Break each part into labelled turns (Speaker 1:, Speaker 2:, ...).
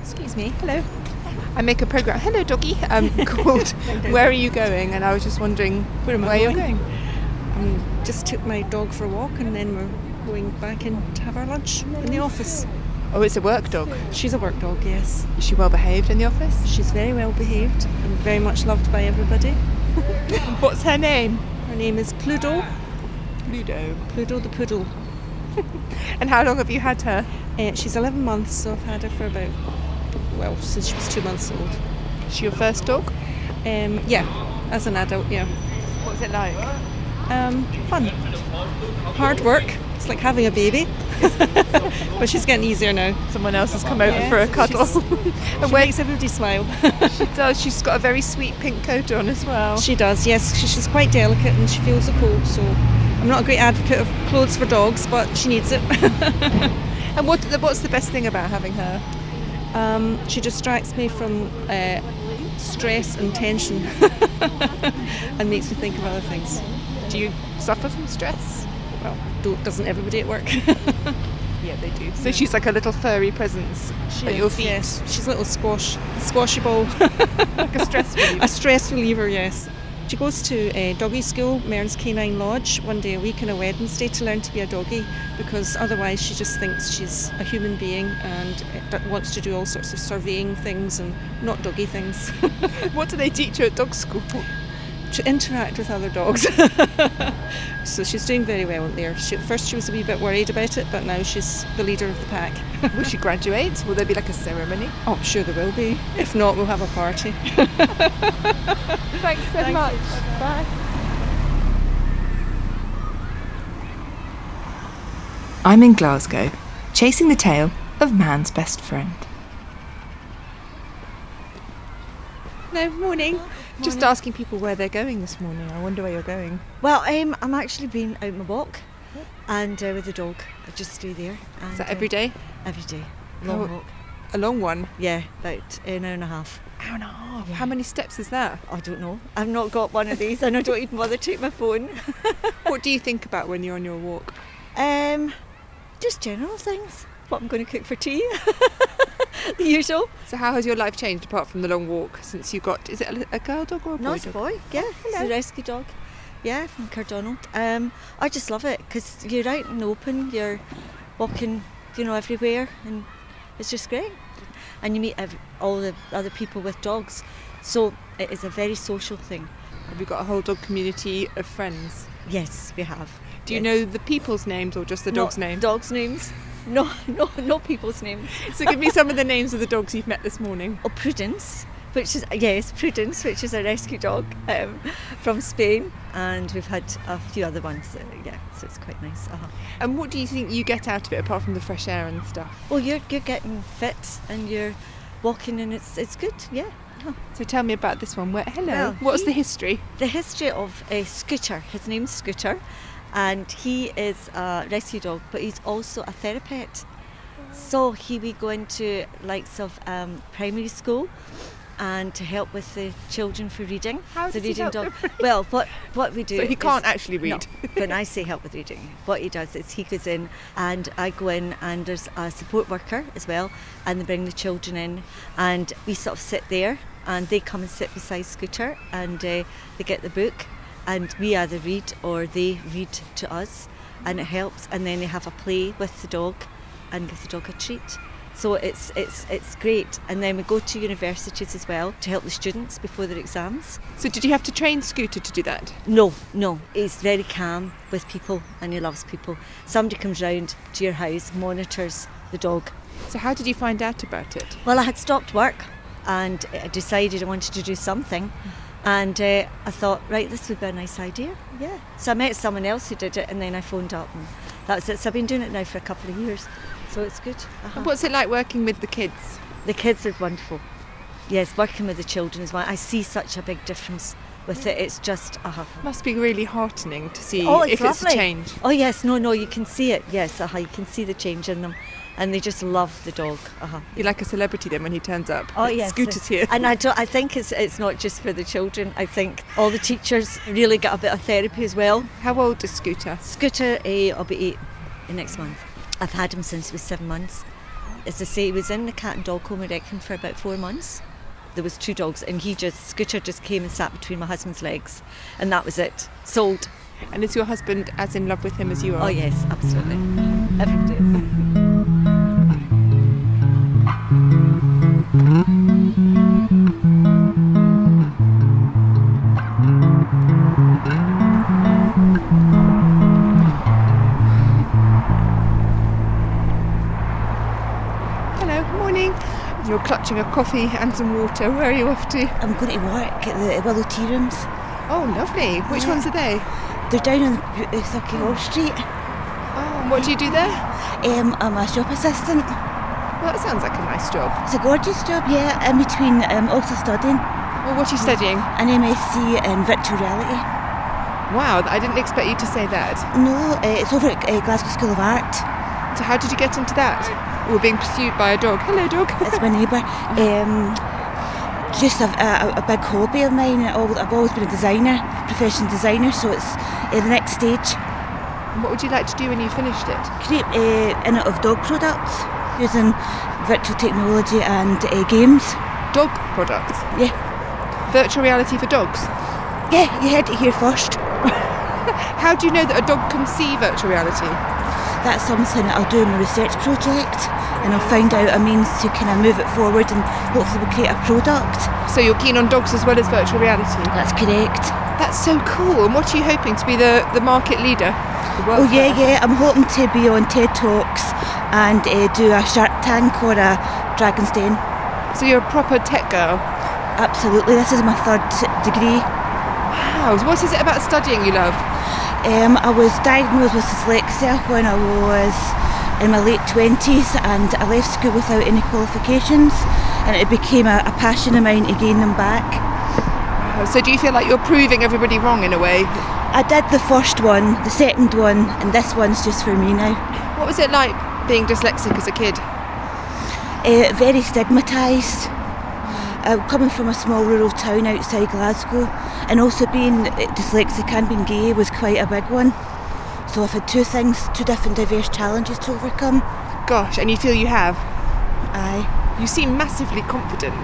Speaker 1: excuse me, hello. I make a program, hello doggy, um, called Where Are You Going? And I was just wondering where,
Speaker 2: am I
Speaker 1: you're
Speaker 2: going?
Speaker 1: going.
Speaker 2: Um, just took my dog for a walk and then we're going back in to have our lunch in the office.
Speaker 1: Oh, it's a work dog.
Speaker 2: She's a work dog, yes.
Speaker 1: Is she well behaved in the office?
Speaker 2: She's very well behaved and very much loved by everybody.
Speaker 1: What's her name?
Speaker 2: Her name is Pluto.
Speaker 1: Ludo.
Speaker 2: Pluto the poodle.
Speaker 1: And how long have you had her?
Speaker 2: Uh, she's 11 months, so I've had her for about, well, since she was two months old.
Speaker 1: Is she your first dog?
Speaker 2: Um, yeah, as an adult, yeah.
Speaker 1: What's it like?
Speaker 2: Um, fun. Hard work. It's like having a baby. but she's getting easier now.
Speaker 1: Someone else has come over
Speaker 2: Yeah,
Speaker 1: for a
Speaker 2: so
Speaker 1: cuddle.
Speaker 2: She
Speaker 1: and where
Speaker 2: makes everybody smile.
Speaker 1: she does, she's got a very sweet pink coat on as well.
Speaker 2: she does, yes. She, she's quite delicate and she feels the cold, so I'm not a great advocate of clothes for dogs, but she needs it.
Speaker 1: And what, what's the best thing about having her?
Speaker 2: um, she distracts me from uh, stress and tension and makes me think of other things.
Speaker 1: Do you suffer from stress?
Speaker 2: Well, do doesn't everybody at work?
Speaker 1: Yeah, they do. So she's like a little furry presence at your feet.
Speaker 2: Yes, she's a little squash, squashy ball.
Speaker 1: Like a stress
Speaker 2: a
Speaker 1: relief.
Speaker 2: stress reliever, yes. She goes to a doggy school, Mearns Canine Lodge, one day a week on a Wednesday to learn to be a doggy because otherwise she just thinks she's a human being and uh, that wants to do all sorts of surveying things and not doggy things
Speaker 1: What do they teach you at dog school?
Speaker 2: to interact with other dogs. so she's doing very well there. She, at first she was a wee bit worried about it, but now she's the leader of the pack.
Speaker 1: Will she graduate? Will there be like a ceremony?
Speaker 2: oh, I'm sure there will be. If not, we'll have a party.
Speaker 1: Thanks so much. Bye.
Speaker 3: I'm in Glasgow, chasing the tail of man's best friend.
Speaker 1: No, morning. Just asking people where they're going this morning. I wonder where you're going.
Speaker 4: Well, um, I'm actually been out on a walk and uh, with the dog. I just stay there. And,
Speaker 1: Is that every day?
Speaker 4: Uh, every day. Long
Speaker 1: How-
Speaker 4: walk.
Speaker 1: A long one.
Speaker 4: Yeah, about an hour and a half.
Speaker 1: Hour and a half. How many steps is that?
Speaker 4: I don't know. I've not got one of these and I don't even bother to take my phone.
Speaker 1: what do you think about when you're on your walk?
Speaker 4: Um, just general things. What I'm going to cook for tea. the usual.
Speaker 1: So how has your life changed apart from the long walk since you got? Is it a, li- a girl dog or a boy
Speaker 4: Nice
Speaker 1: dog?
Speaker 4: boy. Yeah, he's a rescue dog. Yeah, from Cardonald. Um, I just love it because you're out and open. You're walking, you know, everywhere, and it's just great. And you meet ev- all the other people with dogs, so it is a very social thing.
Speaker 1: Have you got a whole dog community of friends?
Speaker 4: Yes, we have.
Speaker 1: Do you
Speaker 4: Yes.
Speaker 1: know the people's names or just the dogs'
Speaker 4: Not
Speaker 1: names?
Speaker 4: Dogs' names. No, no, no people's names.
Speaker 1: so give me some of the names of the dogs you've met this morning.
Speaker 4: Oh, Prudence, which is yes, Prudence, which is a rescue dog um, from Spain, and we've had a few other ones. Uh, yeah, so it's quite nice. Uh-huh.
Speaker 1: And what do you think you get out of it apart from the fresh air and stuff?
Speaker 4: Well, you're you're getting fit and you're walking, and it's it's good. Yeah.
Speaker 1: So tell me about this one. Where, hello.
Speaker 4: Well,
Speaker 1: What's
Speaker 4: he-
Speaker 1: the history?
Speaker 4: The history of a Scooter. His name's Scooter, and he is a rescue dog, but he's also a therapist. So he would go into likes of um, primary school. And to help with the children for reading,
Speaker 1: How
Speaker 4: the
Speaker 1: does he
Speaker 4: reading
Speaker 1: help
Speaker 4: dog.
Speaker 1: them read?
Speaker 4: Well, what what we do.
Speaker 1: So he
Speaker 4: is-
Speaker 1: can't actually
Speaker 4: No.
Speaker 1: read.
Speaker 4: when I say help with reading, what he does is he goes in and I go in and there's a support worker as well and they bring the children in and we sort of sit there and they come and sit beside Scooter and uh, they get the book and we either read or they read to us and it helps and then they have a play with the dog and give the dog a treat. So it's it's it's great, and then we go to universities as well to help the students before their exams.
Speaker 1: So did you have to train Scooter to do that?
Speaker 4: No, no. He's very calm with people and he loves people. Somebody comes round to your house, monitors the dog.
Speaker 1: So how did you find out about it?
Speaker 4: Well, I had stopped work and I decided I wanted to do something. And uh, I thought, right, this would be a nice idea. Yeah. So I met someone else who did it and then I phoned up and that was it. So I've been doing it now for a couple of years. So it's good. Uh-huh.
Speaker 1: And what's it like working with the kids?
Speaker 4: The kids are wonderful. Yes, working with the children is why I see such a big difference with it. It's just, uh,
Speaker 1: Must be really heartening to see
Speaker 4: Oh, it's
Speaker 1: if it's a
Speaker 4: lovely.
Speaker 1: change.
Speaker 4: Oh yes, no, no, you can see it. Yes, uh you can see the change in them, and they just love the dog. Uh-huh.
Speaker 1: You're like a celebrity then when he turns up.
Speaker 4: Oh
Speaker 1: It's
Speaker 4: yes,
Speaker 1: Scooter's here.
Speaker 4: and I, don't, I think it's it's not just for the children. I think all the teachers really get a bit of therapy as well.
Speaker 1: How old is Scooter?
Speaker 4: Scooter, eh, I'll be eight in next month. I've had him since he was seven months, As I say, he was in the cat and dog home in Wrexham for about four months. There was two dogs, and he just Scooter just came and sat between my husband's legs, and that was it. Sold.
Speaker 1: And is your husband as in love with him as you are?
Speaker 4: Oh yes, absolutely. Everybody is.
Speaker 1: Hello, morning. You're clutching a coffee and some water. Where are you off to?
Speaker 5: I'm going to work at the Willow Tea Rooms.
Speaker 1: Oh, lovely. Which
Speaker 5: Yeah.
Speaker 1: ones are they?
Speaker 5: They're down on the Thucky Hall Street.
Speaker 1: Oh, and what do you do there?
Speaker 5: Um, I'm a shop assistant.
Speaker 1: Well, that sounds like a nice job.
Speaker 5: It's a gorgeous job, yeah, in between um, also studying
Speaker 1: Well, what are you studying?
Speaker 5: an MSc in virtual reality.
Speaker 1: Wow, I didn't expect you to say that.
Speaker 5: No, uh, it's over at uh, Glasgow School of Art.
Speaker 1: So, how did you get into that? We're being pursued by a dog. Hello, dog.
Speaker 5: It's my neighbour. Um, just a, a, a big hobby of mine. I al- I've always been a designer, professional designer, so it's uh, the next stage.
Speaker 1: And what would you like to do when you finished it?
Speaker 5: Create uh, innovative dog products using virtual technology and uh, games.
Speaker 1: Dog products.
Speaker 5: Yeah,
Speaker 1: Virtual reality for dogs.
Speaker 5: yeah, you heard it here first.
Speaker 1: How do you know that a dog can see virtual reality?
Speaker 5: That's something that I'll do in my research project and I'll find out a means to kind of move it forward and hopefully we'll create a product.
Speaker 1: So, you're keen on dogs as well as virtual reality?
Speaker 5: That's correct.
Speaker 1: Oh, That's so cool. And what are you hoping to be the, the market leader? The
Speaker 5: Oh
Speaker 1: world
Speaker 5: yeah, yeah. I'm hoping to be on TED Talks and uh, do a Shark Tank or a Dragon's Den.
Speaker 1: So you're a proper tech girl.
Speaker 5: Absolutely, this is my third degree.
Speaker 1: Wow. What is it about studying you love?
Speaker 5: Um, I was diagnosed with dyslexia when I was in my late twenties, and I left school without any qualifications, and it became a, a passion of mine to gain them back.
Speaker 1: Wow, So do you feel like you're proving everybody wrong in a way?
Speaker 5: I did the first one, the second one, and this one's just for me now.
Speaker 1: What was it like being dyslexic as a kid?
Speaker 5: Uh, very stigmatised. Uh, coming from a small rural town outside Glasgow, and also being uh, dyslexic and being gay was quite a big one. So I've had two things, two different diverse challenges to overcome.
Speaker 1: Gosh, and you feel you have.
Speaker 5: Aye.
Speaker 1: You seem massively confident.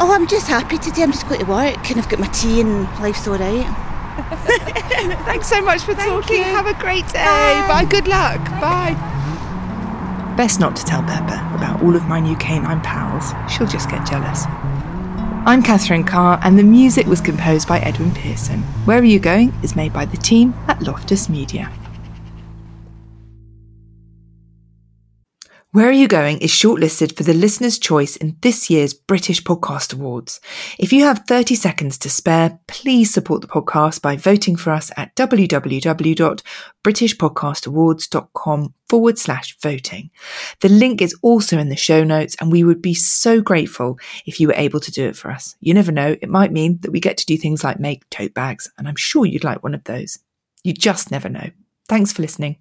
Speaker 5: Oh, I'm just happy today. I'm just going to work and I've got my tea and life's all right.
Speaker 1: Thanks so much for talking. Have a great day. Bye. Good luck. Bye.
Speaker 3: Best not to tell Pepper about all of my new canine pals. She'll just get jealous. I'm Catherine Carr, and the music was composed by Edwin Pearson. Where Are You Going is made by the team at Loftus Media. Where Are You Going is shortlisted for the Listener's Choice in this year's British Podcast Awards. If you have 30 seconds to spare, please support the podcast by voting for us at www.britishpodcastawards.com forward slash voting. The link is also in the show notes, and we would be so grateful if you were able to do it for us. You never know, it might mean that we get to do things like make tote bags, and I'm sure you'd like one of those. You just never know. Thanks for listening.